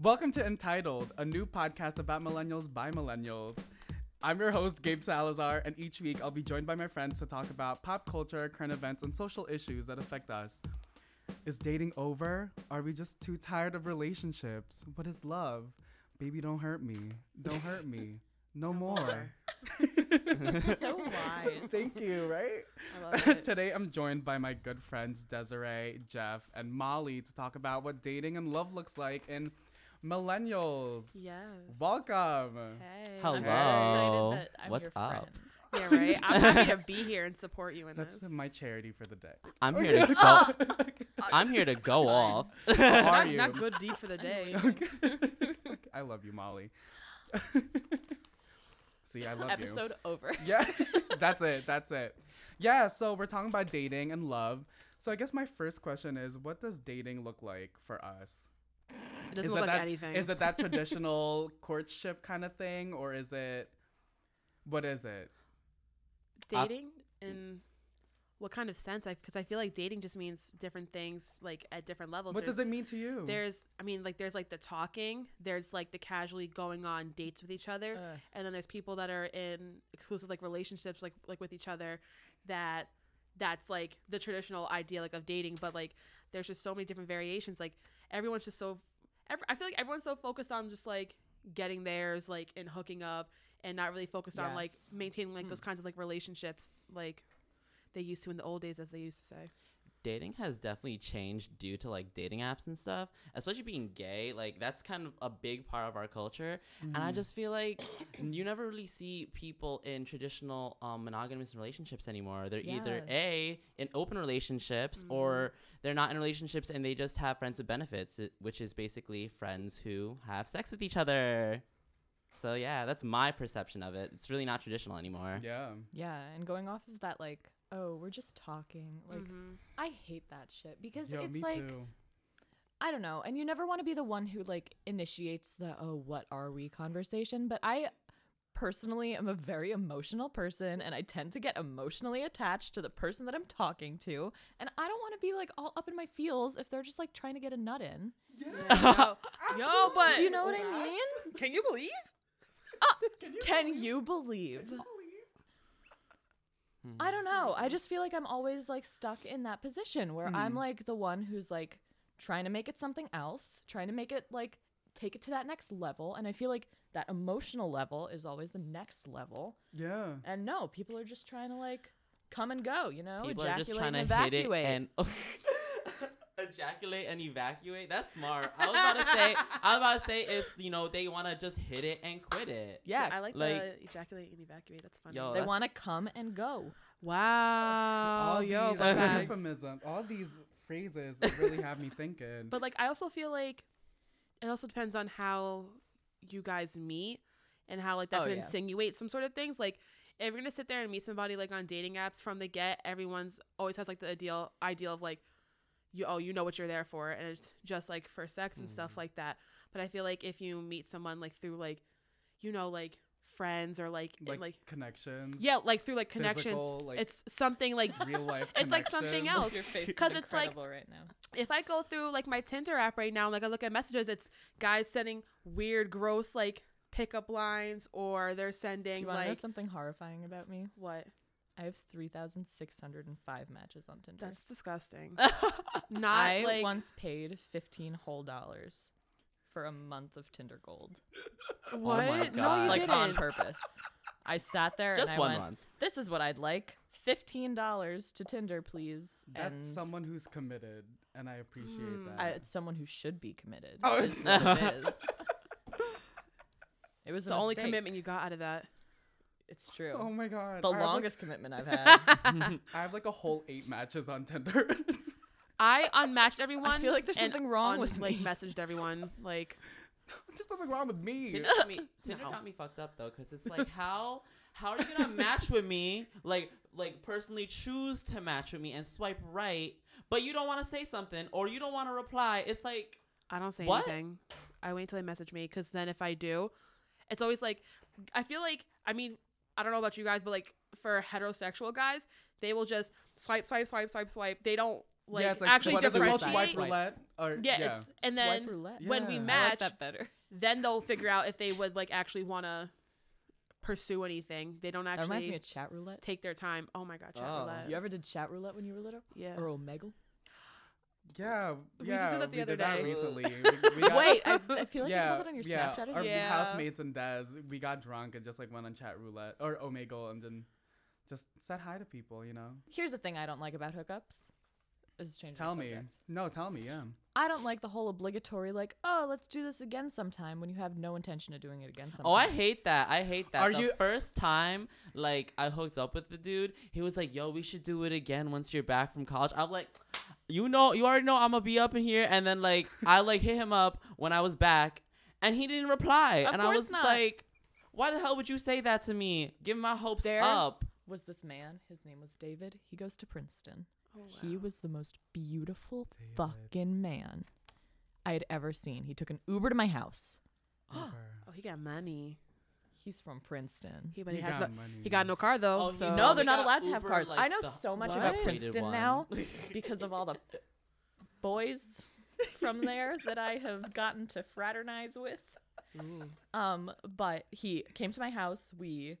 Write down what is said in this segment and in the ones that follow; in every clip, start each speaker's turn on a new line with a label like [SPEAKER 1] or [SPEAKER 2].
[SPEAKER 1] Welcome to Entitled, a new podcast about millennials by millennials. I'm your host, Gabe Salazar, and each week I'll be joined by my friends to talk about pop culture, current events, and social issues that affect us. Is dating over? Are we just too tired of relationships? What is love? Baby, don't hurt me. Don't hurt me. No more.
[SPEAKER 2] so wise.
[SPEAKER 1] Thank you, right?
[SPEAKER 2] I love it.
[SPEAKER 1] Today, I'm joined by my good friends Desiree, Jeff, and Molly to talk about what dating and love looks like in millennials.
[SPEAKER 2] Yes.
[SPEAKER 1] Welcome.
[SPEAKER 2] Hey.
[SPEAKER 3] Hello.
[SPEAKER 2] I'm so excited that I'm
[SPEAKER 3] What's
[SPEAKER 2] your
[SPEAKER 3] up?
[SPEAKER 2] friend. Yeah, right. I'm happy to be here and support you in
[SPEAKER 1] That's
[SPEAKER 2] this.
[SPEAKER 1] my charity for the day.
[SPEAKER 3] I'm here to go. I'm here to go off.
[SPEAKER 1] How are
[SPEAKER 2] not,
[SPEAKER 1] you?
[SPEAKER 2] not good deed for the day.
[SPEAKER 1] Okay. I love you, Molly. See, I love you.
[SPEAKER 2] Episode over.
[SPEAKER 1] yeah that's it that's it yeah so we're talking about dating and love so i guess my first question is what does dating look like for us
[SPEAKER 2] It
[SPEAKER 1] is
[SPEAKER 2] doesn't look
[SPEAKER 1] it
[SPEAKER 2] like
[SPEAKER 1] that,
[SPEAKER 2] anything.
[SPEAKER 1] is it that traditional courtship kind of thing or is it what is it
[SPEAKER 3] I've-
[SPEAKER 2] dating in what kind of sense? Because I, feel like dating just means different things, like at different levels.
[SPEAKER 1] what
[SPEAKER 2] There's-
[SPEAKER 1] does it mean to you
[SPEAKER 2] There's, I mean, like there's like the talking. There's like the casually going on dates with each other,
[SPEAKER 1] Ugh.
[SPEAKER 2] and then there's people that are in exclusive like relationships, like like with each other, that that's like the traditional idea like of dating. But like there's just so many different variations. Like everyone's just so, ev I feel like everyone's so focused on just like getting theirs, like and hooking up, and not really focused on like
[SPEAKER 3] Yes.
[SPEAKER 2] maintaining like those kinds of like relationships like they used to in the old days, as they used to say.
[SPEAKER 3] dating has definitely changed due to like dating apps and stuff, especially being gay. Like that's kind of a big part of our culture, and
[SPEAKER 4] Mm.
[SPEAKER 3] I just feel like you never really see people in traditional um, monogamous relationships anymore. They're either a in open relationships or
[SPEAKER 4] Mm-hmm.
[SPEAKER 3] they're not in relationships and they just have friends with benefits, i- which is basically friends who have sex with each other. So yeah, that's my perception of it. It's really not traditional anymore.
[SPEAKER 1] Mm-hmm. yeah
[SPEAKER 4] Yeah, and going off of that, like, oh, we're just talking. Like,
[SPEAKER 2] Mhm.
[SPEAKER 4] I hate that shit because
[SPEAKER 1] Yo,
[SPEAKER 4] it's
[SPEAKER 1] me
[SPEAKER 4] like,
[SPEAKER 1] too
[SPEAKER 4] I don't know. And you never want to be the one who, like, initiates the, oh, what are we conversation. But I personally am a very emotional person and I tend to get emotionally attached to the person that I'm talking to. And I don't want to be, like, all up in my feels if they're just, like, trying to get a nut in.
[SPEAKER 2] Yeah, yo, yo, but
[SPEAKER 4] Do you know what I mean?
[SPEAKER 2] Can you believe?
[SPEAKER 4] Can you believe? I don't know. I just feel like I'm always like stuck in that position where I'm
[SPEAKER 2] Hmm.
[SPEAKER 4] like the one who's like trying to make it something else, trying to make it like take it to that next level. And I feel like that emotional level is always the next level.
[SPEAKER 1] yeah
[SPEAKER 4] And no, people are just trying to like come and go, you know?
[SPEAKER 3] People are
[SPEAKER 4] Oh, ejaculate
[SPEAKER 3] just trying
[SPEAKER 4] and
[SPEAKER 3] to
[SPEAKER 4] evacuate.
[SPEAKER 3] hit it and ejaculate and evacuate. That's smart. I was about to say. I was about to say it's you know they want to just hit it and quit it.
[SPEAKER 4] yeah.
[SPEAKER 2] I like,
[SPEAKER 3] like-
[SPEAKER 2] the ejaculate and evacuate. That's funny.
[SPEAKER 3] Yo,
[SPEAKER 4] they
[SPEAKER 3] Oh, that's-
[SPEAKER 4] want to come and go.
[SPEAKER 2] wow.
[SPEAKER 1] all
[SPEAKER 2] Oh, yo,
[SPEAKER 1] these
[SPEAKER 2] but, facts.
[SPEAKER 1] euphemism all these phrases that really have me thinking
[SPEAKER 2] but like I also feel like it also depends on how you guys meet and how like that
[SPEAKER 4] Oh,
[SPEAKER 2] could
[SPEAKER 4] yeah.
[SPEAKER 2] insinuate some sort of things. Like if you're gonna sit there and meet somebody like on dating apps from the get, everyone's always has like the ideal ideal of like you oh you know what you're there for and it's just like for sex and
[SPEAKER 4] Mm.
[SPEAKER 2] stuff like that. But I feel like if you meet someone like through like you know like friends or like like,
[SPEAKER 1] like, connections
[SPEAKER 2] yeah like through like connections
[SPEAKER 1] Physical, like-
[SPEAKER 2] it's something like
[SPEAKER 1] real life
[SPEAKER 2] It's like something
[SPEAKER 1] connections.
[SPEAKER 2] else. Your
[SPEAKER 4] face
[SPEAKER 2] 'Cause it's, like- incredible
[SPEAKER 4] right now.
[SPEAKER 2] if I go through like my Tinder app right now, like I look at messages, it's guys sending weird, gross like pickup lines, or they're
[SPEAKER 4] Do
[SPEAKER 2] sending
[SPEAKER 4] you want to know
[SPEAKER 2] like
[SPEAKER 4] something horrifying about me?
[SPEAKER 2] what?
[SPEAKER 4] I have 3,605 matches on Tinder.
[SPEAKER 2] That's disgusting. Not
[SPEAKER 4] I
[SPEAKER 2] like
[SPEAKER 4] once paid fifteen whole dollars for a month of Tinder Gold,
[SPEAKER 2] what?
[SPEAKER 3] my
[SPEAKER 2] no, you
[SPEAKER 3] God.
[SPEAKER 4] like
[SPEAKER 2] didn't.
[SPEAKER 4] on purpose. I sat there
[SPEAKER 3] Just
[SPEAKER 4] and I
[SPEAKER 3] one
[SPEAKER 4] went,
[SPEAKER 3] month.
[SPEAKER 4] "This is what I'd like: fifteen dollars to Tinder, please."
[SPEAKER 1] that's
[SPEAKER 4] and
[SPEAKER 1] someone who's committed and i appreciate
[SPEAKER 2] Mm,
[SPEAKER 1] that
[SPEAKER 4] I, it's someone who should be committed.
[SPEAKER 1] Oh,
[SPEAKER 4] is what it is. It was
[SPEAKER 2] It's
[SPEAKER 4] a
[SPEAKER 2] the only
[SPEAKER 4] mistake.
[SPEAKER 2] commitment you got out of that.
[SPEAKER 4] It's true.
[SPEAKER 1] oh my god
[SPEAKER 4] the
[SPEAKER 1] I have, like,
[SPEAKER 4] longest commitment I've had.
[SPEAKER 1] I have like a whole eight matches on Tinder.
[SPEAKER 2] I unmatched everyone.
[SPEAKER 4] feel like there's
[SPEAKER 2] and
[SPEAKER 4] something wrong with
[SPEAKER 2] like
[SPEAKER 4] me.
[SPEAKER 2] messaged everyone. Like
[SPEAKER 1] There's something wrong with me.
[SPEAKER 3] Tinder got me, Tinder got me fucked up though, because it's like how how are you gonna match with me? Like like personally choose to match with me and swipe right, but you don't want to say something or you don't want to reply. It's like
[SPEAKER 2] I don't say
[SPEAKER 3] What?
[SPEAKER 2] anything. I wait till they message me because then if I do, it's always like I feel like I mean I don't know about you guys, but like for heterosexual guys, they will just swipe, swipe, swipe, swipe, swipe. They don't like,
[SPEAKER 1] yeah, it's like
[SPEAKER 2] actually
[SPEAKER 1] what is it called?
[SPEAKER 2] differentiate.
[SPEAKER 1] Swipe roulette. Or,
[SPEAKER 2] yeah, it's and
[SPEAKER 4] Swipe
[SPEAKER 2] then
[SPEAKER 4] roulette.
[SPEAKER 2] when we
[SPEAKER 1] Yeah. I like
[SPEAKER 4] I
[SPEAKER 2] match,
[SPEAKER 4] like that better.
[SPEAKER 2] then they'll figure out if they would like actually want to pursue anything. They don't
[SPEAKER 4] That reminds
[SPEAKER 2] actually
[SPEAKER 4] me of chat roulette.
[SPEAKER 2] take their time. Oh my god, chat
[SPEAKER 3] Oh.
[SPEAKER 2] roulette.
[SPEAKER 4] You ever did chat roulette when you were little?
[SPEAKER 2] Yeah.
[SPEAKER 4] Or Omegle?
[SPEAKER 1] yeah,
[SPEAKER 2] We just did
[SPEAKER 1] yeah,
[SPEAKER 2] that the
[SPEAKER 1] we
[SPEAKER 2] other
[SPEAKER 1] did that
[SPEAKER 2] day.
[SPEAKER 1] recently. We- we got-
[SPEAKER 4] Wait, I, I feel like I
[SPEAKER 1] yeah,
[SPEAKER 4] saw that on your
[SPEAKER 1] yeah,
[SPEAKER 4] Snapchat or
[SPEAKER 1] Our
[SPEAKER 4] something.
[SPEAKER 2] Yeah.
[SPEAKER 1] housemates and Des, we got drunk and just like went on chat roulette or Omegle and then just said hi to people. You know,
[SPEAKER 4] Here's the thing I don't like about hookups. This is changing. the
[SPEAKER 1] tell me.
[SPEAKER 4] subject.
[SPEAKER 1] No, tell me. Yeah.
[SPEAKER 4] I don't like the whole obligatory like, oh, let's do this again sometime when you have no intention of doing it again sometime.
[SPEAKER 3] Oh, I hate that. I hate that.
[SPEAKER 1] Are
[SPEAKER 3] the
[SPEAKER 1] you-
[SPEAKER 3] first time like I hooked up with the dude, he was like, "Yo, we should do it again once you're back from college." I'm like, "You know, you already know I'm gonna be up in here." And then like I like hit him up when I was back, and he didn't reply.
[SPEAKER 4] Of
[SPEAKER 3] and I
[SPEAKER 4] course
[SPEAKER 3] was
[SPEAKER 4] not.
[SPEAKER 3] like, "Why the hell would you say that to me? Give my hopes
[SPEAKER 4] There-
[SPEAKER 3] up."
[SPEAKER 4] was this man. His name was David. He goes to Princeton.
[SPEAKER 2] Oh, wow.
[SPEAKER 4] He was the most beautiful
[SPEAKER 1] David.
[SPEAKER 4] fucking man I had ever seen. He took an Uber to my house.
[SPEAKER 1] Over.
[SPEAKER 2] Oh, he got money.
[SPEAKER 4] He's from Princeton.
[SPEAKER 2] He, but he,
[SPEAKER 1] He
[SPEAKER 2] has
[SPEAKER 1] got
[SPEAKER 2] no,
[SPEAKER 1] money.
[SPEAKER 2] he got no car though.
[SPEAKER 3] Oh, he-
[SPEAKER 2] so
[SPEAKER 4] no,
[SPEAKER 3] they
[SPEAKER 4] they're
[SPEAKER 3] got
[SPEAKER 4] not allowed to have
[SPEAKER 3] Uber,
[SPEAKER 4] cars.
[SPEAKER 3] like,
[SPEAKER 4] I know
[SPEAKER 3] the
[SPEAKER 4] so much about
[SPEAKER 2] What?
[SPEAKER 4] Princeton
[SPEAKER 3] One.
[SPEAKER 4] now because of all the boys from there that I have gotten to fraternize with. Um, but he came to my house. We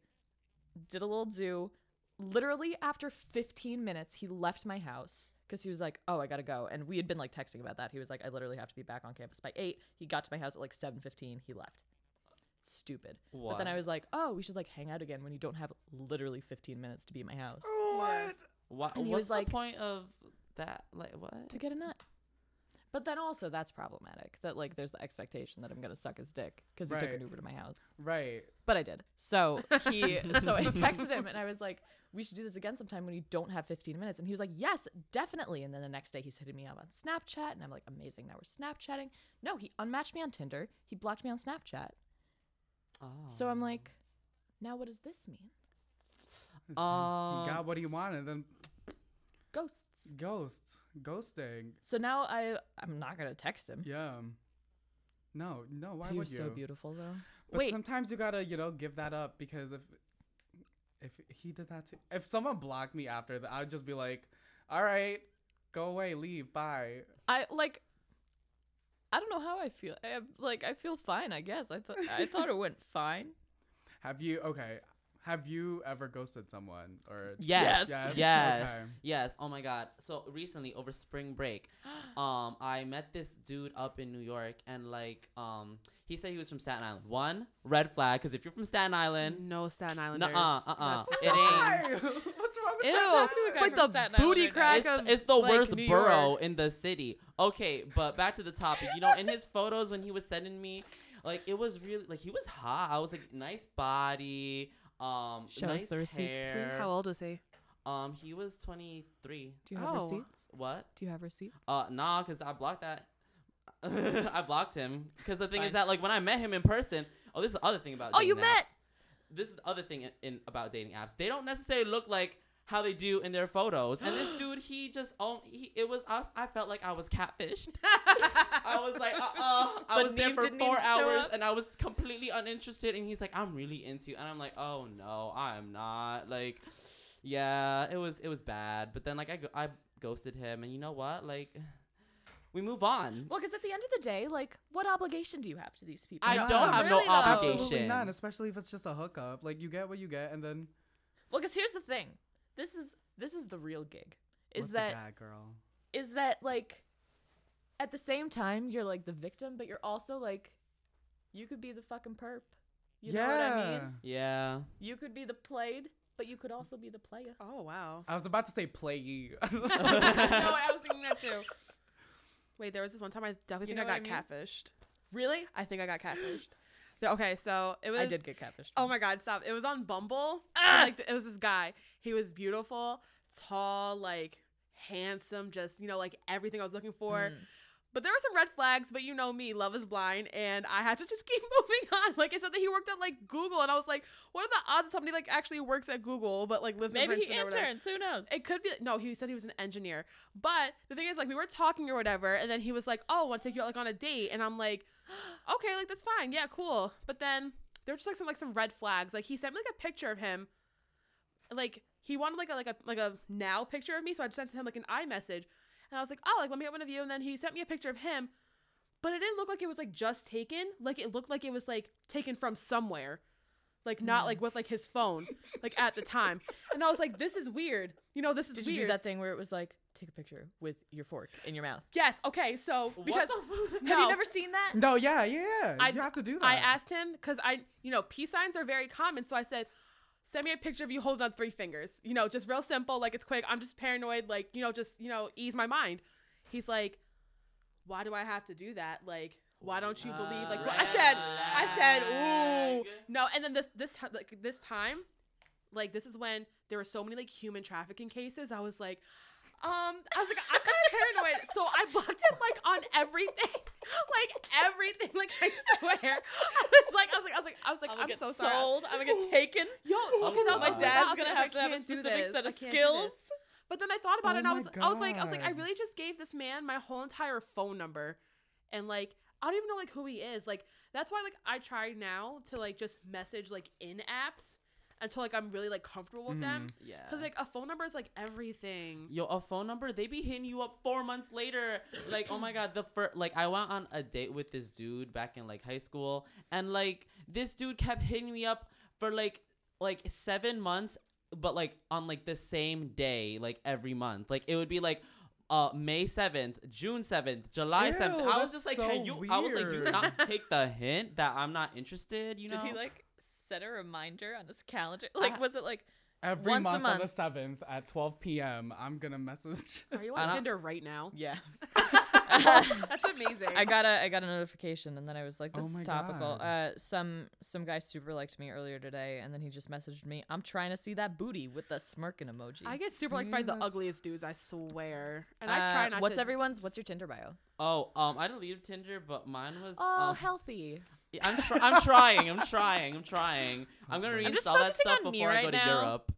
[SPEAKER 4] did a little do. Literally after 15 minutes, he left my house because he was like, "Oh, I gotta go." And we had been like texting about that. He was like, "I literally have to be back on campus by eight. He got to my house at like 7:15. He left. Stupid. But then I
[SPEAKER 3] What?
[SPEAKER 4] was like, "Oh, we should like hang out again when you don't have literally 15 minutes to be at my house
[SPEAKER 1] What?
[SPEAKER 3] Why,
[SPEAKER 4] And he
[SPEAKER 3] what's
[SPEAKER 4] was
[SPEAKER 3] the
[SPEAKER 4] like-
[SPEAKER 3] point of that? Like what?
[SPEAKER 4] to get a nut." But then also that's problematic. That like there's the expectation that I'm gonna suck his dick because he took
[SPEAKER 1] Right.
[SPEAKER 4] an Uber to my house.
[SPEAKER 1] Right.
[SPEAKER 4] But I did. So he so I texted him and I was like, we should do this again sometime when you don't have 15 minutes. And he was like, yes, definitely. And then the next day he's hitting me up on Snapchat and I'm like, amazing, now we're Snapchatting. No, he unmatched me on Tinder. He blocked me on Snapchat.
[SPEAKER 3] Oh.
[SPEAKER 4] So I'm like, now what does this mean?
[SPEAKER 1] It's-
[SPEAKER 3] Um,
[SPEAKER 1] you got what he wanted, then
[SPEAKER 4] Ghosts.
[SPEAKER 1] ghosts, ghosting.
[SPEAKER 4] So now I I'm not gonna text him.
[SPEAKER 1] Yeah. No, no. Why
[SPEAKER 4] he
[SPEAKER 1] would
[SPEAKER 4] was
[SPEAKER 1] you?
[SPEAKER 4] so beautiful though.
[SPEAKER 1] But
[SPEAKER 2] Wait.
[SPEAKER 1] sometimes you gotta, you know, give that up because if if he did that to, if someone blocked me after that, I'd just be like, all right, go away, leave, bye.
[SPEAKER 4] I like I don't know how I feel. I, like I feel fine, I guess. I thought I thought it went fine.
[SPEAKER 1] Have you okay? Have you ever ghosted someone or
[SPEAKER 3] Yes.
[SPEAKER 1] Yes.
[SPEAKER 3] Yes.
[SPEAKER 1] Yes.
[SPEAKER 3] Yes.
[SPEAKER 1] Okay.
[SPEAKER 3] Oh my god. So recently over spring break, um I met this dude up in New York and like um he said he was from Staten Island. One red flag cuz if you're from Staten Island,
[SPEAKER 2] no Staten
[SPEAKER 3] nuh
[SPEAKER 2] Islanders.
[SPEAKER 3] uh uh uh.
[SPEAKER 2] That's-
[SPEAKER 3] It ain't
[SPEAKER 1] Why? What's wrong with
[SPEAKER 2] Ew,
[SPEAKER 1] that?
[SPEAKER 4] talking to a
[SPEAKER 2] it's
[SPEAKER 4] guy
[SPEAKER 2] like
[SPEAKER 4] from
[SPEAKER 2] the
[SPEAKER 4] Staten Island
[SPEAKER 2] booty
[SPEAKER 4] right now.
[SPEAKER 2] crack
[SPEAKER 3] it's,
[SPEAKER 2] of
[SPEAKER 3] it's the
[SPEAKER 2] like,
[SPEAKER 3] worst
[SPEAKER 2] New
[SPEAKER 3] borough
[SPEAKER 2] York.
[SPEAKER 3] in the city. Okay, but back to the topic. You know, in his photos when he was sending me, like it was really like he was hot. I was like, nice body, um,
[SPEAKER 4] Show us
[SPEAKER 3] nice
[SPEAKER 4] the receipts, please.
[SPEAKER 3] hair.
[SPEAKER 2] How old was he?
[SPEAKER 3] Um, he was twenty three.
[SPEAKER 4] Do you have
[SPEAKER 2] Oh.
[SPEAKER 4] receipts?
[SPEAKER 3] What?
[SPEAKER 4] Do you have receipts?
[SPEAKER 3] Uh, nah, cause I blocked that. I blocked him because the thing
[SPEAKER 4] Fine.
[SPEAKER 3] is that like when I met him in person. Oh, this is the other thing about.
[SPEAKER 4] Oh, you
[SPEAKER 3] dating
[SPEAKER 4] met-
[SPEAKER 3] apps. This is the other thing in, in about dating apps. They don't necessarily look like how they do in their photos. And this dude, he just oh, he, it was I, I felt like I was catfished. I was like, uh, uh I
[SPEAKER 4] But
[SPEAKER 3] was there
[SPEAKER 4] Neve
[SPEAKER 3] for
[SPEAKER 4] didn't
[SPEAKER 3] four
[SPEAKER 4] even show
[SPEAKER 3] hours
[SPEAKER 4] up?
[SPEAKER 3] and I was completely uninterested. And he's like, I'm really into you, and I'm like, oh no, I am not. Like, yeah, it was it was bad. But then like I go, I ghosted him, and you know what? Like, we move on.
[SPEAKER 4] Well, because at the end of the day, like, what obligation do you have to these people?
[SPEAKER 3] I
[SPEAKER 1] No,
[SPEAKER 3] don't have
[SPEAKER 2] really
[SPEAKER 3] no
[SPEAKER 2] though.
[SPEAKER 3] obligation.
[SPEAKER 1] Absolutely not, especially if it's just a hookup. Like you get what you get, and then
[SPEAKER 4] Well, because here's the thing. This is this is the real gig. Is
[SPEAKER 1] what's the
[SPEAKER 4] that
[SPEAKER 1] bad girl?
[SPEAKER 4] is that like at the same time you're like the victim, but you're also like you could be the fucking perp. You know what I mean?
[SPEAKER 3] Yeah.
[SPEAKER 4] You could be the played, but you could also be the player.
[SPEAKER 2] Oh wow.
[SPEAKER 1] I was about to say play you.
[SPEAKER 2] no, I was thinking that too. Wait, there was this one time I definitely
[SPEAKER 4] You
[SPEAKER 2] think
[SPEAKER 4] know
[SPEAKER 2] I
[SPEAKER 4] what
[SPEAKER 2] got
[SPEAKER 4] I
[SPEAKER 2] catfished.
[SPEAKER 4] Really?
[SPEAKER 2] I think I got catfished. The- okay, so it was.
[SPEAKER 4] I did get catfished.
[SPEAKER 2] Oh my god, stop! It was on Bumble.
[SPEAKER 4] Ah!
[SPEAKER 2] And, Like it was this guy. He was beautiful, tall, like handsome, just you know, like everything I was looking
[SPEAKER 4] Hmm.
[SPEAKER 2] for. But there were some red flags, but you know me, love is blind, and I had to just keep moving on. Like it said that he worked at like Google, and I was like, what are the odds that somebody like actually works at Google but like lives in
[SPEAKER 4] Maybe he
[SPEAKER 2] Princeton or whatever?
[SPEAKER 4] interns. Who knows?
[SPEAKER 2] It could be no. He said he was an engineer, but the thing is, like, we were talking or whatever, and then he was like, "Oh, I want to take you out like on a date," and I'm like, "Okay, like that's fine, yeah, cool." But then there were just like some like some red flags. Like he sent me like a picture of him, like he wanted like a like a like a now picture of me, so I sent him like an iMessage, And I was like, oh, like let me get one of you. And then he sent me a picture of him, but it didn't look like it was like just taken. Like it looked like it was like taken from somewhere, like not like with like his phone, like at the time. And I was like, this is weird. You know, this is
[SPEAKER 4] Did
[SPEAKER 2] weird.
[SPEAKER 4] you do that thing where it was like, take a picture with your fork in your mouth?
[SPEAKER 2] Yes. Okay. So because
[SPEAKER 4] Have
[SPEAKER 2] No.
[SPEAKER 4] you never seen that?
[SPEAKER 1] No, yeah, yeah, yeah.
[SPEAKER 2] I've-
[SPEAKER 1] you have to do that.
[SPEAKER 2] I asked him because I, you know, peace signs are very common. So I said, send me a picture of you holding up three fingers. You know, just real simple. Like it's quick. I'm just paranoid. Like, you know, just, you know, ease my mind. He's like, why do I have to do that? Like, why don't you believe?
[SPEAKER 4] Ah,
[SPEAKER 2] Like, I said, I said, ooh, no. And then this, this, like, this time, like, this is when there were so many like human trafficking cases. I was like, um, I was like, I'm kind of paranoid, so I blocked him like on everything, like everything. Like I swear, I was like, I was like, I was like, I was like,
[SPEAKER 4] I'm
[SPEAKER 2] I'm,
[SPEAKER 4] gonna get
[SPEAKER 2] so sorry. Oh
[SPEAKER 4] sold. I'm gonna get taken.
[SPEAKER 2] Yo, okay, that was
[SPEAKER 4] My
[SPEAKER 3] God.
[SPEAKER 2] like,
[SPEAKER 4] dad's
[SPEAKER 2] I was like,
[SPEAKER 4] gonna
[SPEAKER 2] I
[SPEAKER 4] have to have a
[SPEAKER 2] can't do
[SPEAKER 4] specific
[SPEAKER 2] this.
[SPEAKER 4] set
[SPEAKER 2] I
[SPEAKER 4] of
[SPEAKER 2] can't do this.
[SPEAKER 4] skills.
[SPEAKER 2] But then I thought about
[SPEAKER 1] Oh
[SPEAKER 2] it, and I
[SPEAKER 1] my
[SPEAKER 2] was, I was like, I was like, I
[SPEAKER 1] God.
[SPEAKER 2] really just gave this man my whole entire phone number, and like, I don't even know like who he is. Like, that's why like I try now to like just message like in apps until like I'm really like comfortable with
[SPEAKER 1] Mm-hmm.
[SPEAKER 2] them,
[SPEAKER 3] Yeah.
[SPEAKER 2] because like a phone number is like everything.
[SPEAKER 3] Yo, a phone number, they be hitting you up four months later. Like, oh my god, the first, like, I went on a date with this dude back in like high school, and like this dude kept hitting me up for like like seven months, but like on like the same day, like every month. Like it would be like uh May seventh, June seventh, July seventh.
[SPEAKER 1] Ew,
[SPEAKER 3] I was
[SPEAKER 1] that's
[SPEAKER 3] just like,
[SPEAKER 1] so
[SPEAKER 3] can you? I was like, do
[SPEAKER 1] weird.
[SPEAKER 3] not take the hint that I'm not interested. You know?
[SPEAKER 4] Did he like set a reminder on his calendar? Like, was it like
[SPEAKER 1] Every
[SPEAKER 4] Once a
[SPEAKER 1] month, on the 7th
[SPEAKER 4] month.
[SPEAKER 1] at 12 p.m., I'm going to message.
[SPEAKER 2] Are you
[SPEAKER 3] I
[SPEAKER 2] on
[SPEAKER 3] don't-
[SPEAKER 2] Tinder right now?
[SPEAKER 4] yeah?
[SPEAKER 2] That's amazing.
[SPEAKER 4] I got a I got a notification and then I was like,
[SPEAKER 1] Oh
[SPEAKER 4] this
[SPEAKER 1] my
[SPEAKER 4] is topical.
[SPEAKER 1] God.
[SPEAKER 4] Uh, some some guy super liked me earlier today, and then he just messaged me, "I'm trying to see that booty with the smirking emoji."
[SPEAKER 2] I get super liked by
[SPEAKER 1] See,
[SPEAKER 2] the
[SPEAKER 1] that's-
[SPEAKER 2] ugliest dudes, I swear. And I try
[SPEAKER 4] Uh,
[SPEAKER 2] not
[SPEAKER 4] What's
[SPEAKER 2] to.
[SPEAKER 4] everyone's? What's your Tinder bio?
[SPEAKER 3] oh, um, I deleted Tinder, but mine was
[SPEAKER 4] Oh,
[SPEAKER 3] um,
[SPEAKER 4] healthy.
[SPEAKER 3] Yeah, I'm, tr- I'm trying. I'm trying. I'm trying. I'm gonna
[SPEAKER 4] I'm just
[SPEAKER 3] reinstall that
[SPEAKER 4] focusing
[SPEAKER 3] stuff
[SPEAKER 4] on me
[SPEAKER 3] before I
[SPEAKER 4] right
[SPEAKER 3] go to
[SPEAKER 4] now.
[SPEAKER 3] Europe.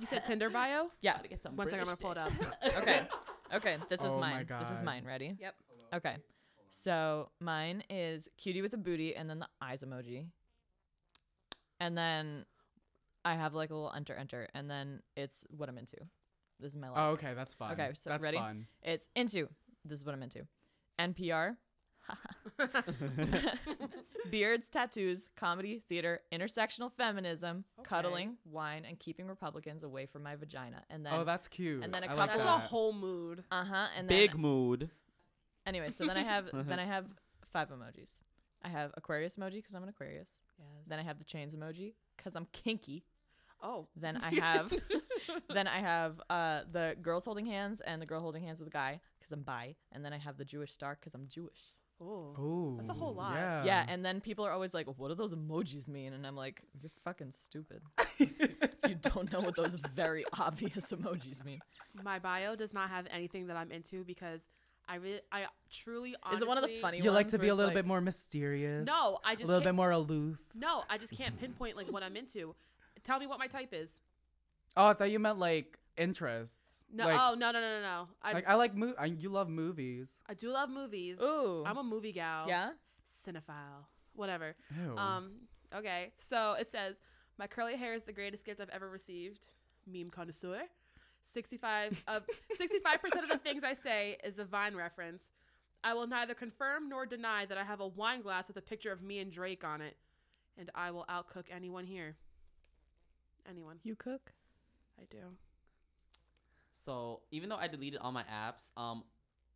[SPEAKER 2] You said Tinder bio?
[SPEAKER 4] Yeah.
[SPEAKER 3] Gotta get some
[SPEAKER 2] One second, I'm
[SPEAKER 3] British
[SPEAKER 2] gonna pull it
[SPEAKER 3] dick.
[SPEAKER 4] Okay. Okay. This is
[SPEAKER 1] Oh my
[SPEAKER 4] mine. This is
[SPEAKER 1] God.
[SPEAKER 4] mine. Ready?
[SPEAKER 2] Yep.
[SPEAKER 4] Okay. So mine is cutie with a booty and then the eyes emoji. And then I have like a little enter enter and then it's what I'm into. This is my life.
[SPEAKER 1] Oh, okay, that's fun.
[SPEAKER 4] Okay, so
[SPEAKER 1] that's
[SPEAKER 4] ready?
[SPEAKER 1] fun.
[SPEAKER 4] It's into. This is what I'm into. NPR. Beards, tattoos, comedy, theater, intersectional feminism, cuddling, wine, and keeping Republicans away from my vagina. And then
[SPEAKER 1] oh, that's cute.
[SPEAKER 4] and then a
[SPEAKER 1] I like
[SPEAKER 4] couple-
[SPEAKER 2] That's a
[SPEAKER 1] that.
[SPEAKER 2] whole mood.
[SPEAKER 4] uh huh. And then
[SPEAKER 3] Big mood.
[SPEAKER 4] Anyway, so then I have then I have five emojis. I have Aquarius emoji because I'm an Aquarius. Then I have the chains emoji because I'm kinky.
[SPEAKER 2] Oh.
[SPEAKER 4] Then I have then I have uh, the girls holding hands and the girl holding hands with a guy because I'm bi. And then I have the Jewish star because I'm Jewish.
[SPEAKER 2] Ooh.
[SPEAKER 1] Ooh,
[SPEAKER 2] That's a whole lot.
[SPEAKER 1] Yeah.
[SPEAKER 4] yeah, and then people are always like, "What do those emojis mean?" And I'm like, "You're fucking stupid. you don't know what those very obvious emojis mean."
[SPEAKER 2] My bio does not have anything that I'm into because I really, I truly honestly.
[SPEAKER 4] Is it one of the funny?
[SPEAKER 1] you like
[SPEAKER 4] ones
[SPEAKER 1] to
[SPEAKER 4] where
[SPEAKER 1] be a
[SPEAKER 4] it's
[SPEAKER 1] little
[SPEAKER 4] like-
[SPEAKER 1] bit more mysterious.
[SPEAKER 2] No, I
[SPEAKER 1] a
[SPEAKER 2] just
[SPEAKER 1] little bit
[SPEAKER 2] can't-
[SPEAKER 1] more aloof.
[SPEAKER 2] No, I just can't pinpoint like what I'm into. Tell me what my type is.
[SPEAKER 1] Oh, I thought you meant like interests.
[SPEAKER 2] No,
[SPEAKER 1] like,
[SPEAKER 2] oh no no no no no. I,
[SPEAKER 1] like I like mo- I, you love movies.
[SPEAKER 2] I do love movies.
[SPEAKER 4] Ooh.
[SPEAKER 2] I'm a movie gal.
[SPEAKER 4] Yeah.
[SPEAKER 2] Cinephile. Whatever.
[SPEAKER 1] Ew.
[SPEAKER 2] Um, okay. So it says, My curly hair is the greatest gift I've ever received. Meme connoisseur. 65 of 65% of the things I say is a Vine reference. I will neither confirm nor deny that I have a wine glass with a picture of me and Drake on it. And I will outcook anyone here. Anyone.
[SPEAKER 4] You cook?
[SPEAKER 2] I do.
[SPEAKER 3] So even though I deleted all my apps, um,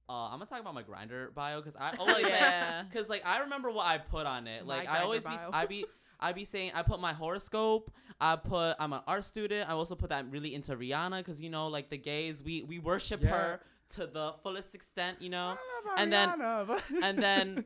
[SPEAKER 3] uh, I'm gonna talk about my grinder bio because I
[SPEAKER 4] Oh
[SPEAKER 3] always,
[SPEAKER 4] yeah.
[SPEAKER 3] because like I remember what I put on it.
[SPEAKER 2] My
[SPEAKER 3] Like I
[SPEAKER 2] Grindr
[SPEAKER 3] always be,
[SPEAKER 2] bio.
[SPEAKER 3] I be. I be saying I put my horoscope. I put I'm an art student. I also put that I'm really into Rihanna because you know like the gays we we worship
[SPEAKER 1] Yeah.
[SPEAKER 3] her to the fullest extent. You
[SPEAKER 1] I
[SPEAKER 3] know,
[SPEAKER 1] don't know about
[SPEAKER 3] and then-
[SPEAKER 1] Rihanna, but-
[SPEAKER 3] and then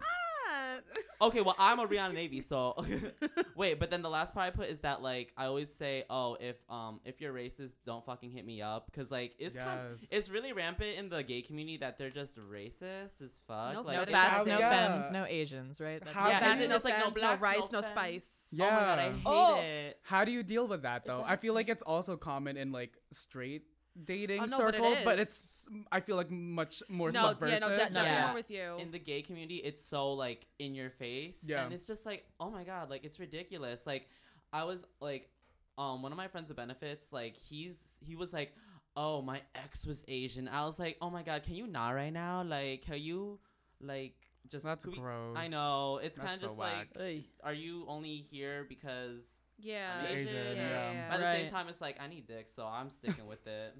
[SPEAKER 3] okay, well I'm a Rihanna Navy, so wait. But then the last part I put is that like I always say, oh, if um if you're racist, don't fucking hit me up, cause like it's kind
[SPEAKER 1] Yes.
[SPEAKER 3] it's really rampant in the gay community that they're just racist as fuck.
[SPEAKER 2] No
[SPEAKER 3] like,
[SPEAKER 4] no
[SPEAKER 3] it's
[SPEAKER 4] fats,
[SPEAKER 1] how-
[SPEAKER 3] just-
[SPEAKER 4] no
[SPEAKER 1] yeah.
[SPEAKER 4] bends, no Asians, right? That's
[SPEAKER 1] How
[SPEAKER 3] yeah,
[SPEAKER 1] bad
[SPEAKER 3] and
[SPEAKER 1] is
[SPEAKER 3] then
[SPEAKER 2] no
[SPEAKER 3] it's like no
[SPEAKER 2] fans, no
[SPEAKER 3] blacks,
[SPEAKER 2] rice, no
[SPEAKER 3] fans.
[SPEAKER 2] spice.
[SPEAKER 3] Oh my god, I
[SPEAKER 1] Yeah.
[SPEAKER 3] hate
[SPEAKER 4] Oh.
[SPEAKER 3] it.
[SPEAKER 1] How do you deal with that though?
[SPEAKER 4] that-
[SPEAKER 1] I feel like it's also common in like straight dating
[SPEAKER 2] Oh, no, but it
[SPEAKER 1] circles, but,
[SPEAKER 2] is.
[SPEAKER 1] it's I feel like much more
[SPEAKER 2] no, yeah,
[SPEAKER 1] subversive.
[SPEAKER 2] no, definitely
[SPEAKER 3] Yeah.
[SPEAKER 2] more with you.
[SPEAKER 3] in the gay community it's so like in your face
[SPEAKER 1] Yeah.
[SPEAKER 3] and it's just like oh my god like it's ridiculous like i was like um one of my friends with benefits like he's he was like oh, my ex was Asian. I was like, oh my god, can you not right now? Like, can you like just?
[SPEAKER 1] That's
[SPEAKER 3] could we-
[SPEAKER 1] gross.
[SPEAKER 3] I know it's
[SPEAKER 1] That's
[SPEAKER 3] kind of
[SPEAKER 1] so
[SPEAKER 3] just
[SPEAKER 1] whack.
[SPEAKER 3] like, are you only here because?
[SPEAKER 2] Yeah.
[SPEAKER 3] I'm
[SPEAKER 1] Asian,
[SPEAKER 2] yeah,
[SPEAKER 1] yeah.
[SPEAKER 2] yeah.
[SPEAKER 3] But at the same
[SPEAKER 4] Right.
[SPEAKER 3] time, it's like I need dick, so I'm sticking with it.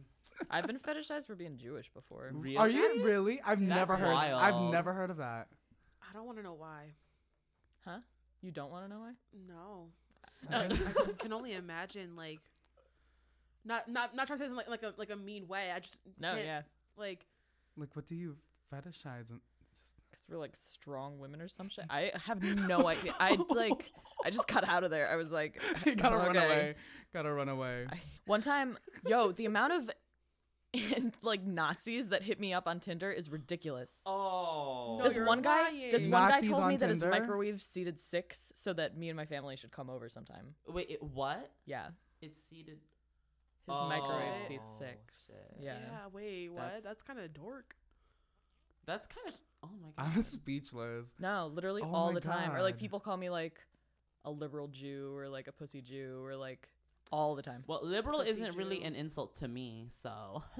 [SPEAKER 4] I've been fetishized for being Jewish before.
[SPEAKER 3] Really?
[SPEAKER 1] Are you really? I've
[SPEAKER 3] That's
[SPEAKER 1] never heard. I've
[SPEAKER 3] wild.
[SPEAKER 1] never heard of that.
[SPEAKER 2] I don't want to know why.
[SPEAKER 4] You don't want to know why?
[SPEAKER 2] No.
[SPEAKER 1] Okay.
[SPEAKER 2] I can only imagine like not not not trying to say something like, like a like a mean way. I just
[SPEAKER 4] No,
[SPEAKER 2] can't,
[SPEAKER 4] yeah.
[SPEAKER 2] like
[SPEAKER 1] like, what do you fetishize? And just,
[SPEAKER 4] Because we're like strong women or some shit. I have no idea. I like, I just got out of there. I was like,
[SPEAKER 1] you gotta run
[SPEAKER 4] Okay.
[SPEAKER 1] away. Gotta run away.
[SPEAKER 4] One time, yo, the amount of and like Nazis that hit me up on Tinder is ridiculous.
[SPEAKER 3] Oh.
[SPEAKER 2] No,
[SPEAKER 4] this
[SPEAKER 2] you're
[SPEAKER 4] one guy, this
[SPEAKER 2] lying.
[SPEAKER 4] one guy
[SPEAKER 1] Nazis
[SPEAKER 4] told
[SPEAKER 1] on
[SPEAKER 4] me that his
[SPEAKER 1] Tinder?
[SPEAKER 4] microwave seated six, so that me and my family should come over sometime.
[SPEAKER 3] Wait, it, what?
[SPEAKER 4] Yeah, his
[SPEAKER 3] It's seated.
[SPEAKER 4] microwave
[SPEAKER 2] Oh,
[SPEAKER 4] seats six.
[SPEAKER 3] shit.
[SPEAKER 2] yeah,
[SPEAKER 4] Yeah.
[SPEAKER 2] wait, what?
[SPEAKER 3] That's-
[SPEAKER 2] That's, kind of dork.
[SPEAKER 3] That's kind of. Oh my god.
[SPEAKER 1] I'm speechless.
[SPEAKER 4] No, literally
[SPEAKER 1] Oh
[SPEAKER 4] all
[SPEAKER 1] my
[SPEAKER 4] the time. Or like
[SPEAKER 1] God.
[SPEAKER 4] people call me like a liberal Jew or like a pussy Jew or like all the time.
[SPEAKER 3] Well, liberal
[SPEAKER 2] Pussy
[SPEAKER 3] isn't really
[SPEAKER 2] Jew.
[SPEAKER 3] an insult to me, so.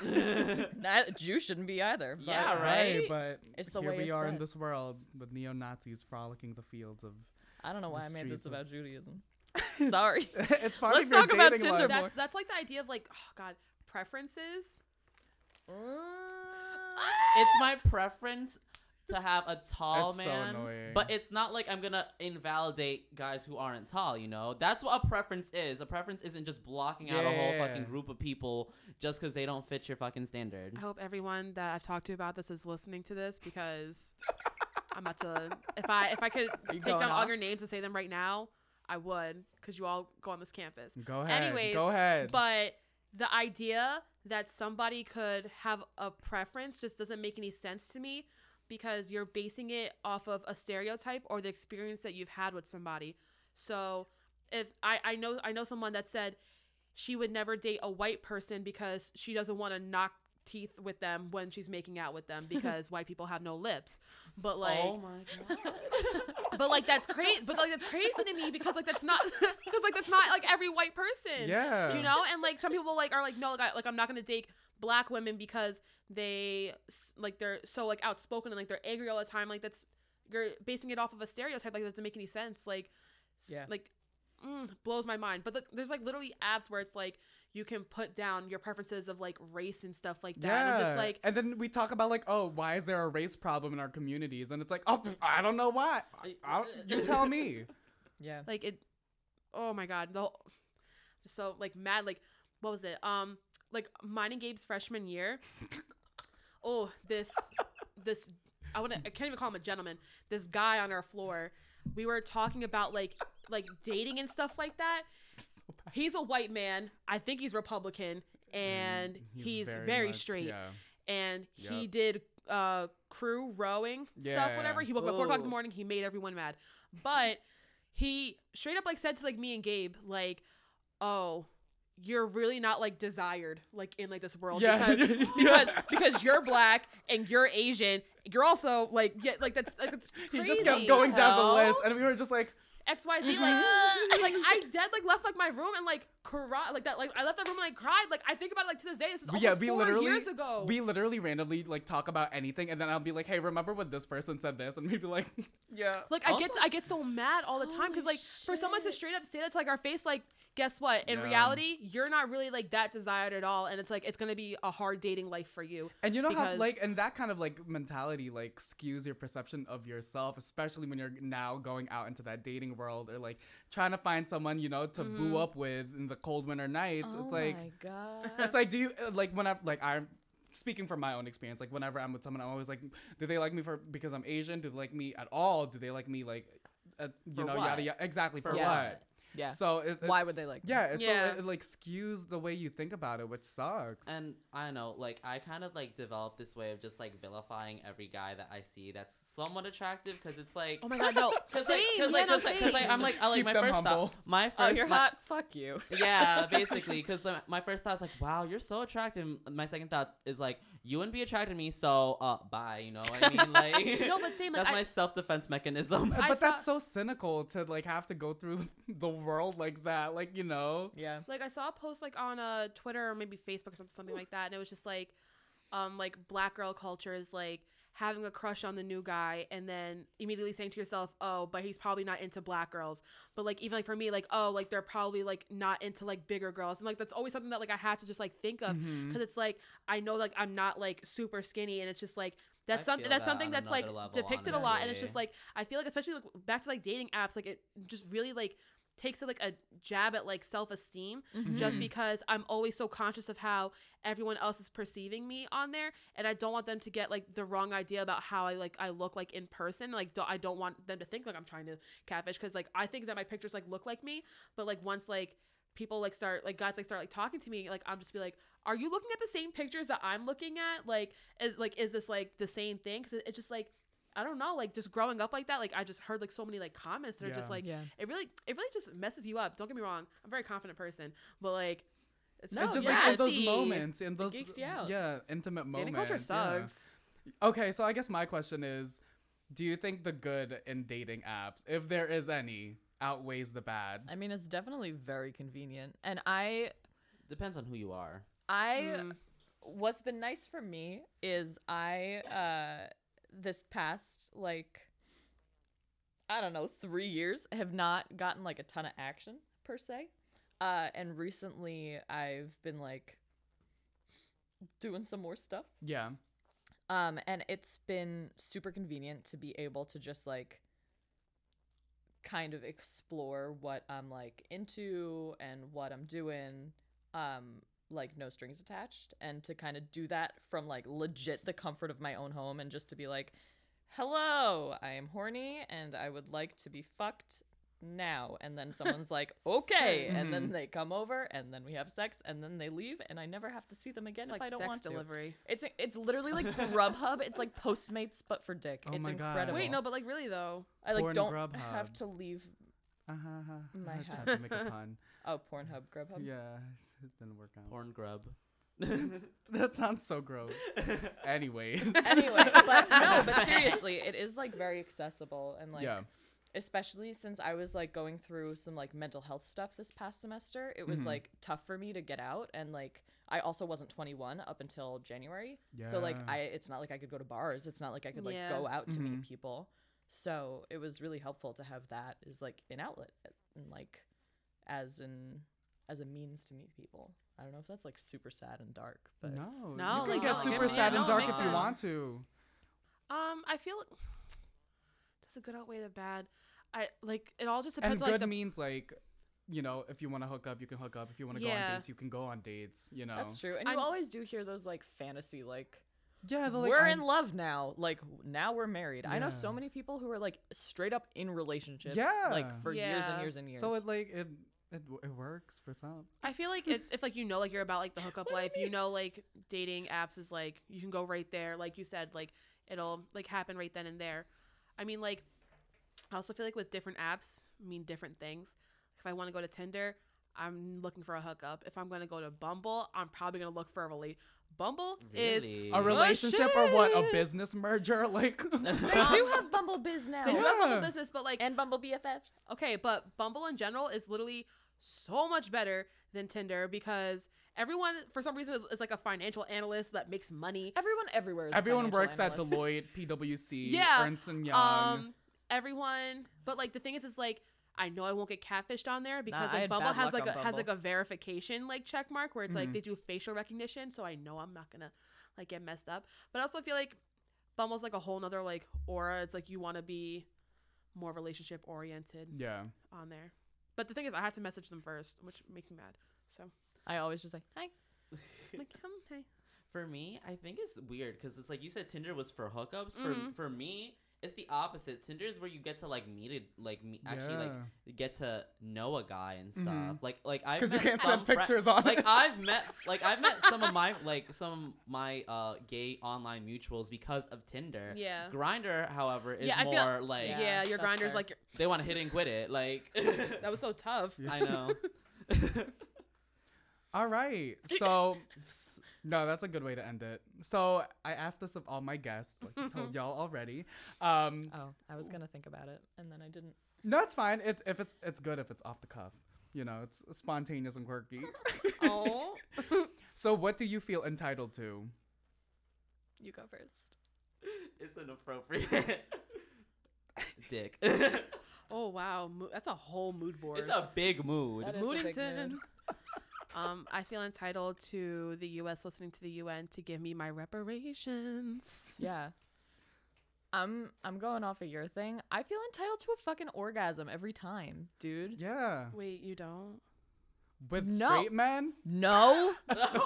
[SPEAKER 4] That Jew shouldn't be either. but-
[SPEAKER 3] Yeah, right.
[SPEAKER 1] but
[SPEAKER 4] It's the
[SPEAKER 1] here
[SPEAKER 4] way
[SPEAKER 1] we
[SPEAKER 4] it's
[SPEAKER 1] are in
[SPEAKER 4] said.
[SPEAKER 1] this world with neo Nazis frolicking the fields of.
[SPEAKER 4] I don't know why
[SPEAKER 1] The
[SPEAKER 4] I made
[SPEAKER 1] streets
[SPEAKER 4] this
[SPEAKER 1] of-
[SPEAKER 4] about Judaism. Sorry.
[SPEAKER 1] it's part
[SPEAKER 4] Let's
[SPEAKER 1] of your
[SPEAKER 4] talk about
[SPEAKER 1] dating life.
[SPEAKER 4] Tinder more.
[SPEAKER 2] That's that's like the idea of like oh god preferences.
[SPEAKER 3] it's my preference to have a tall
[SPEAKER 1] That's so
[SPEAKER 3] man,
[SPEAKER 1] annoying.
[SPEAKER 3] but it's not like I'm gonna invalidate guys who aren't tall. You know, that's what a preference is. A preference isn't just blocking out a whole fucking
[SPEAKER 1] Yeah.
[SPEAKER 3] group of people just because they don't fit your fucking standard.
[SPEAKER 2] I hope everyone that I've talked to about this is listening to this because I'm about to if I if I could
[SPEAKER 4] you
[SPEAKER 2] take
[SPEAKER 4] going
[SPEAKER 2] down all
[SPEAKER 4] off?
[SPEAKER 2] your names and say them right now, I would because you all go on this campus.
[SPEAKER 1] Go ahead.
[SPEAKER 2] Anyways,
[SPEAKER 1] go ahead.
[SPEAKER 2] But the idea that somebody could have a preference just doesn't make any sense to me because you're basing it off of a stereotype or the experience that you've had with somebody. So if I, I know I know someone that said she would never date a white person because she doesn't want to knock teeth with them when she's making out with them because white people have no lips. But like
[SPEAKER 3] oh my god.
[SPEAKER 2] but like that's crazy but like that's crazy to me because like that's not because like that's not like every white person
[SPEAKER 1] yeah.
[SPEAKER 2] you know and like some people like are like no like, I, like i'm not gonna date black women because they s- like they're so like outspoken and like they're angry all the time like that's you're basing it off of a stereotype like that doesn't make any sense like s-
[SPEAKER 4] Yeah.
[SPEAKER 2] like mm, blows my mind but the, there's like literally apps where it's like you can put down your preferences of like race and stuff like that and i'm just like
[SPEAKER 1] and then we talk about like, oh, why is there a race problem in our communities? And it's like, oh, I don't know why. I, I, you tell me. Mm,
[SPEAKER 4] Yeah.
[SPEAKER 2] like it oh my god the whole, just so like mad like what was it um like mine and gabe's freshman year oh this this i want to i can't even call him a gentleman this guy on our floor we were talking about like like dating and stuff like that
[SPEAKER 1] So bad. Mm-hmm.
[SPEAKER 2] he's a white man i think he's republican and he's, very,
[SPEAKER 1] much-
[SPEAKER 2] straight
[SPEAKER 1] Yeah.
[SPEAKER 2] and he
[SPEAKER 1] Yep.
[SPEAKER 2] did uh crew rowing
[SPEAKER 1] Yeah.
[SPEAKER 2] stuff whatever he woke up at four o'clock in
[SPEAKER 4] Ooh.
[SPEAKER 2] the morning he made everyone mad but he straight up like said to like me and gabe like oh you're really not like desired like in like this world
[SPEAKER 1] yeah.
[SPEAKER 2] because because because you're black and you're asian you're also like yeah like that's like that's
[SPEAKER 1] he
[SPEAKER 2] crazy.
[SPEAKER 1] just kept going down the
[SPEAKER 3] Hell.
[SPEAKER 1] list, and we were just like,
[SPEAKER 2] XYZ, like, like I dead like left like my room and like cried like that like I left that room and like cried like I think about it like to this day this is
[SPEAKER 1] But
[SPEAKER 2] almost
[SPEAKER 1] yeah, we
[SPEAKER 2] four
[SPEAKER 1] literally
[SPEAKER 2] years ago
[SPEAKER 1] we literally randomly like talk about anything, and then I'll be like, hey, remember when this person said this? And we'd be like, yeah.
[SPEAKER 2] Like I get
[SPEAKER 3] Also-
[SPEAKER 2] I get so mad all the time because
[SPEAKER 4] Holy
[SPEAKER 2] like for someone to
[SPEAKER 4] shit.
[SPEAKER 2] straight up say that to like our face like guess what in
[SPEAKER 1] Yeah.
[SPEAKER 2] reality you're not really like that desired at all and it's like it's gonna be a hard dating life for you.
[SPEAKER 1] And you know how
[SPEAKER 2] because-
[SPEAKER 1] like and that kind of like mentality like skews your perception of yourself, especially when you're now going out into that dating world or like trying to find someone you know to boo
[SPEAKER 2] Mhm.
[SPEAKER 1] up with in the cold winter nights.
[SPEAKER 2] oh
[SPEAKER 1] it's like
[SPEAKER 4] god.
[SPEAKER 1] it's like do you uh, like when I like I'm speaking from my own experience like whenever I'm with someone I'm always like do they like me for because I'm Asian? Do they like me at all? Do they like me like uh, you
[SPEAKER 3] For
[SPEAKER 1] know
[SPEAKER 3] what?
[SPEAKER 1] yada yada exactly for
[SPEAKER 3] For
[SPEAKER 4] Yeah.
[SPEAKER 1] what?
[SPEAKER 4] yeah.
[SPEAKER 1] So it, it-
[SPEAKER 4] Why would they like? me?
[SPEAKER 1] Yeah, it's so-
[SPEAKER 2] Yeah.
[SPEAKER 1] it, it, like skews the way you think about it, which sucks.
[SPEAKER 4] Uh,
[SPEAKER 3] And I don't know, like I kind of like developed this way of just like vilifying every guy that I see that's somewhat attractive because it's like.
[SPEAKER 2] Oh my god, no.
[SPEAKER 3] Cause
[SPEAKER 2] same,
[SPEAKER 3] like, cause like,
[SPEAKER 2] yeah, no,
[SPEAKER 3] just like- 'cause, like,
[SPEAKER 2] same.
[SPEAKER 3] I'm like, I like
[SPEAKER 1] Keep
[SPEAKER 3] my
[SPEAKER 1] them
[SPEAKER 3] first
[SPEAKER 1] humble.
[SPEAKER 3] thought. My
[SPEAKER 4] Oh,
[SPEAKER 3] first,
[SPEAKER 4] you're
[SPEAKER 3] my-
[SPEAKER 4] hot. Fuck you.
[SPEAKER 3] yeah, basically, because my first thought is like, wow, you're so attractive. And My second thought is like, you wouldn't be attracted to me, so uh, bye. You know what I mean? Like,
[SPEAKER 2] No, but same, like,
[SPEAKER 3] that's
[SPEAKER 2] I-
[SPEAKER 3] my self defense mechanism.
[SPEAKER 4] I
[SPEAKER 1] Uh, but
[SPEAKER 4] saw-
[SPEAKER 1] that's so cynical to like have to go through the world like that. Like you know,
[SPEAKER 4] Yeah.
[SPEAKER 2] like I saw a post like on uh, Twitter or maybe Facebook or something, something like that, and it was just like, um, like black girl culture is like having a crush on the new guy and then immediately saying to yourself, oh, but he's probably not into black girls. But like even like for me, like oh, like they're probably like not into like bigger girls, and like that's always something that like I had to just like think of
[SPEAKER 3] Mm-hmm.
[SPEAKER 1] Mhm.
[SPEAKER 2] because it's like I know like I'm not like super skinny, and it's just like
[SPEAKER 3] I
[SPEAKER 2] that's something
[SPEAKER 3] feel
[SPEAKER 2] that's
[SPEAKER 3] that
[SPEAKER 2] something
[SPEAKER 3] on
[SPEAKER 2] that's like
[SPEAKER 3] another level,
[SPEAKER 2] depicted a lot, and it's
[SPEAKER 3] honestly.
[SPEAKER 2] just like I feel like especially like back to like dating apps, like it just really like takes like a jab at like self esteem just
[SPEAKER 4] Mm-hmm.
[SPEAKER 1] Mhm.
[SPEAKER 2] because I'm always so conscious of how everyone else is perceiving me on there, and I don't want them to get like the wrong idea about how I like I look like in person. Like do I don't want them to think like I'm trying to catfish because like I think that my pictures like look like me, but like once like people like start like guys like start like talking to me, like I'm just be like, are you looking at the same pictures that I'm looking at? Like is like is this like the same thing? Because it's just like I don't know, like just growing up like that, like I just heard like so many like comments that are
[SPEAKER 1] Yeah.
[SPEAKER 2] just like
[SPEAKER 4] yeah.
[SPEAKER 2] it really it really just messes you up. Don't get me wrong. I'm a very confident person, but like it's
[SPEAKER 4] No,
[SPEAKER 1] and just
[SPEAKER 4] yeah,
[SPEAKER 1] like in those
[SPEAKER 4] see.
[SPEAKER 1] moments, in those
[SPEAKER 4] geeks you out.
[SPEAKER 1] yeah intimate
[SPEAKER 2] dating
[SPEAKER 1] moments.
[SPEAKER 2] culture
[SPEAKER 1] yeah.
[SPEAKER 2] sucks.
[SPEAKER 1] Okay, so I guess my question is, do you think the good in dating apps, if there is any, outweighs the bad?
[SPEAKER 4] I mean, it's definitely very convenient. And I
[SPEAKER 3] Depends on who you are.
[SPEAKER 4] I
[SPEAKER 2] Mm.
[SPEAKER 4] what's been nice for me is I uh this past like I don't know, 3 years have not gotten like a ton of action per se. Uh and recently I've been like doing some more stuff.
[SPEAKER 1] Yeah.
[SPEAKER 4] Um, and it's been super convenient to be able to just like kind of explore what I'm like into and what I'm doing. Um, like no strings attached, and to kind of do that from like legit the comfort of my own home, and just to be like, "Hello, I am horny, and I would like to be fucked now." And then someone's like, "Okay," and then they come over, and then we have sex, and then they leave, and I never have to see them again
[SPEAKER 2] It's
[SPEAKER 4] if
[SPEAKER 2] like
[SPEAKER 4] I don't
[SPEAKER 2] sex
[SPEAKER 4] want to.
[SPEAKER 2] delivery.
[SPEAKER 4] It's it's literally like Grubhub. It's like Postmates but for dick.
[SPEAKER 1] Oh
[SPEAKER 4] it's
[SPEAKER 1] my God.
[SPEAKER 4] incredible.
[SPEAKER 2] Wait, no, but like really though.
[SPEAKER 4] I like
[SPEAKER 1] Porn
[SPEAKER 4] don't
[SPEAKER 1] Grubhub.
[SPEAKER 4] have to leave.
[SPEAKER 1] Uh-huh.
[SPEAKER 4] My
[SPEAKER 1] I
[SPEAKER 4] hat.
[SPEAKER 1] tried to make a pun.
[SPEAKER 4] Oh, Pornhub, Grubhub.
[SPEAKER 1] Yeah, it didn't work out.
[SPEAKER 3] Porn grub.
[SPEAKER 1] That sounds so gross. Anyways.
[SPEAKER 4] Anyway, but no, but seriously, it is like very accessible and like
[SPEAKER 1] yeah.
[SPEAKER 4] especially since I was like going through some like mental health stuff this past semester, it was
[SPEAKER 1] Mhm.
[SPEAKER 4] like tough for me to get out and like I also wasn't 21 up until January. So like
[SPEAKER 1] Yeah.
[SPEAKER 4] I it's not like I could go to bars. It's not like I could like
[SPEAKER 2] Yeah.
[SPEAKER 4] go out to
[SPEAKER 1] Mhm.
[SPEAKER 4] meet people. So it was really helpful to have that as like an outlet uh, and like as an as a means to meet people. I don't know if that's like super sad and dark, but
[SPEAKER 1] No.
[SPEAKER 2] No,
[SPEAKER 1] you can
[SPEAKER 2] like,
[SPEAKER 1] get
[SPEAKER 2] no,
[SPEAKER 1] super
[SPEAKER 2] give me-
[SPEAKER 1] sad
[SPEAKER 2] no,
[SPEAKER 1] and
[SPEAKER 2] it
[SPEAKER 1] dark if
[SPEAKER 2] makes
[SPEAKER 1] you
[SPEAKER 2] sense.
[SPEAKER 1] want to.
[SPEAKER 2] Um, I feel does the good outweigh the bad? I like it all just
[SPEAKER 1] And
[SPEAKER 2] depends on
[SPEAKER 1] good
[SPEAKER 2] like the
[SPEAKER 1] means like, you know, if you want to hook up, you can hook up. If you want to go on
[SPEAKER 2] Yeah.
[SPEAKER 1] dates, you can go on dates. You know.
[SPEAKER 4] that's true. And you
[SPEAKER 2] I'm-
[SPEAKER 4] always do hear those like fantasy like
[SPEAKER 1] Yeah. They're like,
[SPEAKER 4] we're
[SPEAKER 1] I'm-
[SPEAKER 4] in love now. Like now we're married. I know so
[SPEAKER 1] Yeah.
[SPEAKER 4] many people who are like straight up in relationships
[SPEAKER 1] Yeah.
[SPEAKER 4] like for years and
[SPEAKER 2] Yeah.
[SPEAKER 4] years and years.
[SPEAKER 1] So it like it it, it works for some.
[SPEAKER 2] I feel like it, if like you know like you're about like the hookup life, you know like dating apps is like you can go right there, like you said, like it'll like happen right then and there. I mean like I also feel like with different apps mean different things. If I want to go to Tinder, I'm looking for a hookup. If I'm gonna go to Bumble, I'm probably gonna look for a rela- Bumble is
[SPEAKER 3] Really?
[SPEAKER 1] A relationship or what? A
[SPEAKER 2] shit.
[SPEAKER 1] business merger? Like
[SPEAKER 4] they do have Bumble Biz now.
[SPEAKER 2] they do have Bumble
[SPEAKER 1] Yeah.
[SPEAKER 2] business, but like
[SPEAKER 4] And Bumble BFFs.
[SPEAKER 2] Okay, but Bumble in general is literally so much better than Tinder because everyone, for some reason, is, is like a financial analyst that makes money.
[SPEAKER 4] Everyone everywhere. Is a
[SPEAKER 1] everyone
[SPEAKER 4] financial
[SPEAKER 1] works
[SPEAKER 4] analyst.
[SPEAKER 1] at Deloitte, PwC,
[SPEAKER 2] Yeah,
[SPEAKER 1] Ernst and Young.
[SPEAKER 2] Um, everyone, but like the thing is, is like I know I won't get catfished on there because
[SPEAKER 4] I
[SPEAKER 2] like
[SPEAKER 4] had
[SPEAKER 2] Bumble
[SPEAKER 4] bad
[SPEAKER 2] has
[SPEAKER 4] luck
[SPEAKER 2] like a,
[SPEAKER 4] on Mm-hmm.
[SPEAKER 2] has
[SPEAKER 4] Bumble.
[SPEAKER 2] like a verification like check mark where it's like
[SPEAKER 1] Mhm.
[SPEAKER 2] they do facial recognition, so I know I'm not gonna like get messed up. But I also feel like Bumble's like a whole nother like aura. It's like you want to be more relationship oriented
[SPEAKER 1] yeah.
[SPEAKER 2] on there. But the thing is, I have to message them first, which makes me mad. So.
[SPEAKER 4] I always just like hi.
[SPEAKER 2] like um, hey.
[SPEAKER 3] For me, I think it's weird because it's like you said Tinder was for hookups. For
[SPEAKER 2] Mhm.
[SPEAKER 3] for me, it's the opposite. Tinder is where you get to like meet it, like me, actually
[SPEAKER 1] Yeah.
[SPEAKER 3] like get to know a guy and stuff.
[SPEAKER 1] Mhm.
[SPEAKER 3] Like like I
[SPEAKER 1] Because you can't send pictures on
[SPEAKER 3] like
[SPEAKER 1] it.
[SPEAKER 2] uh
[SPEAKER 3] I've met like I've met some of my like some of my uh gay online mutuals because of Tinder.
[SPEAKER 2] Yeah.
[SPEAKER 3] Grinder, however, is
[SPEAKER 2] Yeah, I
[SPEAKER 3] more
[SPEAKER 2] feel-
[SPEAKER 3] like
[SPEAKER 2] Yeah,
[SPEAKER 4] Yeah,
[SPEAKER 2] your
[SPEAKER 4] that's
[SPEAKER 2] grinder's
[SPEAKER 4] fair.
[SPEAKER 2] like
[SPEAKER 3] they want to hit and quit it. Like
[SPEAKER 2] that was so tough.
[SPEAKER 1] Yeah.
[SPEAKER 3] I know.
[SPEAKER 1] All right. So No, that's a good way to end it. So I asked this of all my guests, like I told y'all already. Um,
[SPEAKER 4] Oh, I was gonna think about it, and then I didn't.
[SPEAKER 1] no, it's fine. It's if it's it's good if it's off the cuff. You know, it's spontaneous and quirky.
[SPEAKER 2] Oh,
[SPEAKER 1] so what do you feel entitled to?
[SPEAKER 2] you go first.
[SPEAKER 3] It's inappropriate. Dick.
[SPEAKER 2] Oh wow, Mo- that's a whole mood board.
[SPEAKER 3] it's a big mood.
[SPEAKER 4] That is a big
[SPEAKER 2] Moodington.
[SPEAKER 4] mood.
[SPEAKER 2] um, I feel entitled to the U.S. listening to the UN to give me my reparations.
[SPEAKER 4] Yeah. I'm I'm going off of your thing. I feel entitled to a fucking orgasm every time, dude.
[SPEAKER 1] Yeah,
[SPEAKER 2] Wait, you don't?
[SPEAKER 1] with
[SPEAKER 4] No.
[SPEAKER 1] straight men.
[SPEAKER 4] No.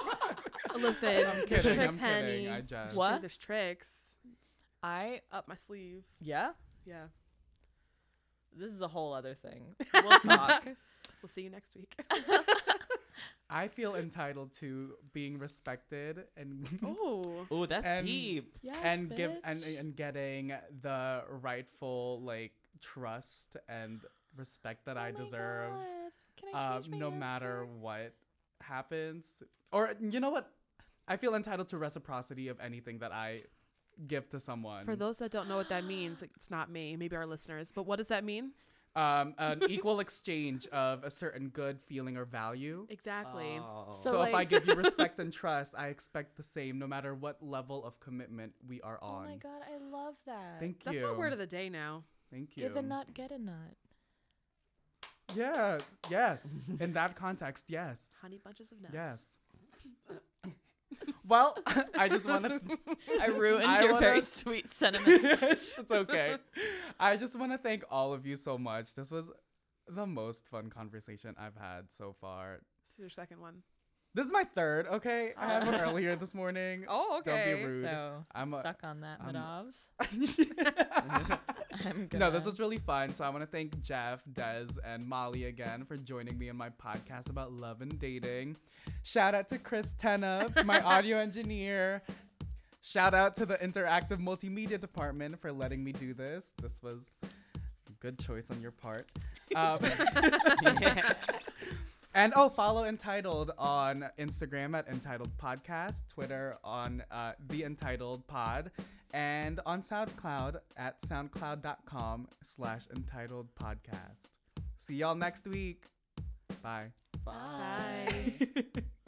[SPEAKER 2] Listen,
[SPEAKER 1] I'm
[SPEAKER 2] there's
[SPEAKER 1] kidding.
[SPEAKER 2] tricks,
[SPEAKER 1] I'm
[SPEAKER 2] honey.
[SPEAKER 1] kidding. I just
[SPEAKER 4] What?
[SPEAKER 2] There's tricks
[SPEAKER 4] I
[SPEAKER 2] up my sleeve.
[SPEAKER 4] yeah.
[SPEAKER 2] Yeah.
[SPEAKER 4] This is a whole other thing. We'll talk.
[SPEAKER 2] We'll see you next week.
[SPEAKER 1] I feel entitled to being respected and
[SPEAKER 2] oh.
[SPEAKER 3] Oh, that's
[SPEAKER 1] And-
[SPEAKER 3] deep.
[SPEAKER 4] yes,
[SPEAKER 1] and give and
[SPEAKER 4] bitch.
[SPEAKER 1] and getting the rightful like trust and respect that
[SPEAKER 4] Oh
[SPEAKER 1] I
[SPEAKER 4] my
[SPEAKER 1] deserve.
[SPEAKER 4] God. Can I
[SPEAKER 1] um,
[SPEAKER 4] change my
[SPEAKER 1] no matter
[SPEAKER 4] answer?
[SPEAKER 1] what happens. Or you know what? I feel entitled to reciprocity of anything that I give to someone.
[SPEAKER 2] For those that don't know what that means, it's not me, maybe our listeners, but what does that mean?
[SPEAKER 1] um, an equal exchange of a certain good feeling or value.
[SPEAKER 2] Exactly.
[SPEAKER 3] Oh.
[SPEAKER 1] So,
[SPEAKER 4] So,
[SPEAKER 1] if I
[SPEAKER 4] like-
[SPEAKER 1] give you respect and trust, I expect the same, no matter what level of commitment we are
[SPEAKER 4] Oh
[SPEAKER 1] on.
[SPEAKER 4] my god, I love that.
[SPEAKER 1] Thank
[SPEAKER 2] That's
[SPEAKER 1] you.
[SPEAKER 2] my word of the day now.
[SPEAKER 1] Thank you.
[SPEAKER 4] Give a nut, get a nut.
[SPEAKER 1] Yeah. Yes. In that context, yes.
[SPEAKER 2] Honey bunches of nuts.
[SPEAKER 1] Yes. well, I just want to
[SPEAKER 4] I ruined
[SPEAKER 1] I
[SPEAKER 4] your
[SPEAKER 1] wanna-
[SPEAKER 4] very sweet sentiment.
[SPEAKER 1] it's okay. I just want to thank all of you so much. This was the most fun conversation I've had so far.
[SPEAKER 2] This is your second one.
[SPEAKER 1] This is my third, okay? I had one earlier this morning.
[SPEAKER 2] Oh,
[SPEAKER 1] okay. rude.
[SPEAKER 4] So
[SPEAKER 1] I'm a-
[SPEAKER 4] suck on that,
[SPEAKER 1] I'm-
[SPEAKER 4] Madov. I'm gonna
[SPEAKER 1] no, this was really fun. So I want to thank Jeff, Des, and Molly again for joining me in my podcast about love and dating. Shout out to Chris Tenev, my audio engineer. Shout out to the interactive multimedia department for letting me do this. This was a good choice on your part. Um, and oh, follow Entitled on Instagram at Entitled Podcast, Twitter on uh, The Entitled Pod, and on SoundCloud at soundcloud.com slash Entitled Podcast. See y'all next week. Bye.
[SPEAKER 3] Bye.
[SPEAKER 2] Bye.